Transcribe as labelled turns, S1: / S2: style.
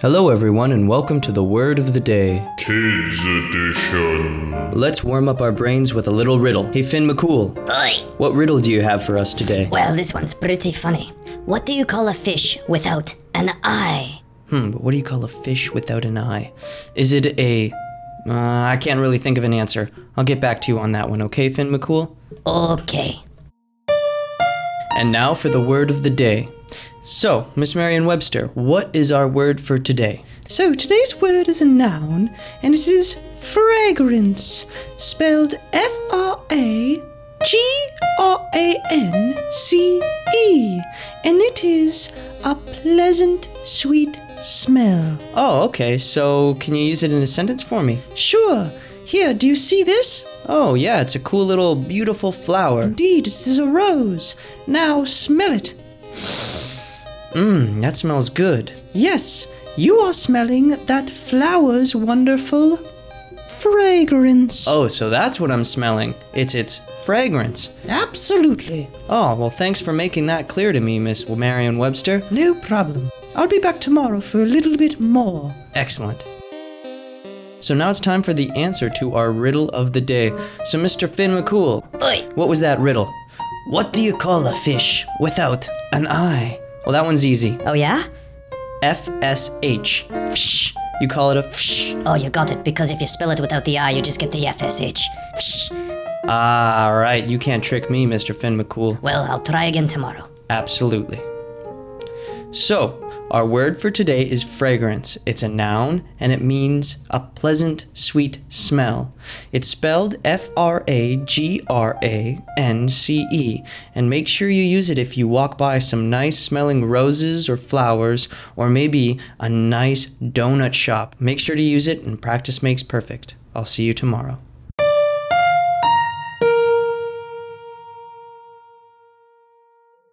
S1: Hello, everyone, and welcome to the word of the day.
S2: Kids Edition.
S1: Let's warm up our brains with a little riddle. Hey, Finn McCool,
S3: Oi!
S1: what riddle do you have for us today?
S3: Well, this one's pretty funny. What do you call a fish without an eye?
S1: Hmm, but what do you call a fish without an eye? Is it a. Uh, I can't really think of an answer. I'll get back to you on that one, okay, Finn McCool?
S3: Okay.
S1: And now for the word of the day. So, Miss Merriam Webster, what is our word for today? So, today's word is a noun, and it is fragrance, spelled F R A G R A N C E, and it is a pleasant, sweet smell. Oh, okay, so can you use it in a sentence for me? Sure. Here, do you see this? Oh, yeah, it's a cool little beautiful flower. Indeed, it is a rose. Now smell it. Mmm, that smells good. Yes, you are smelling that flower's wonderful fragrance. Oh, so that's what I'm smelling. It's its fragrance. Absolutely. Oh, well, thanks for making that clear to me, Miss Marion Webster. No problem. I'll be back tomorrow for a little bit more. Excellent. So now it's time for the answer to our riddle of the day. So, Mr. Finn McCool,
S3: Oi!
S1: what was that riddle? What do you call a fish without an eye? Well, that one's easy.
S3: Oh, yeah?
S1: FSH. Fsh. You call it a fsh.
S3: Oh, you got it, because if you spell it without the I, you just get the FSH. Psh.
S1: Ah, right. You can't trick me, Mr. Finn McCool.
S3: Well, I'll try again tomorrow.
S1: Absolutely. So, our word for today is fragrance. It's a noun and it means a pleasant, sweet smell. It's spelled F R A G R A N C E. And make sure you use it if you walk by some nice smelling roses or flowers or maybe a nice donut shop. Make sure to use it and practice makes perfect. I'll see you tomorrow.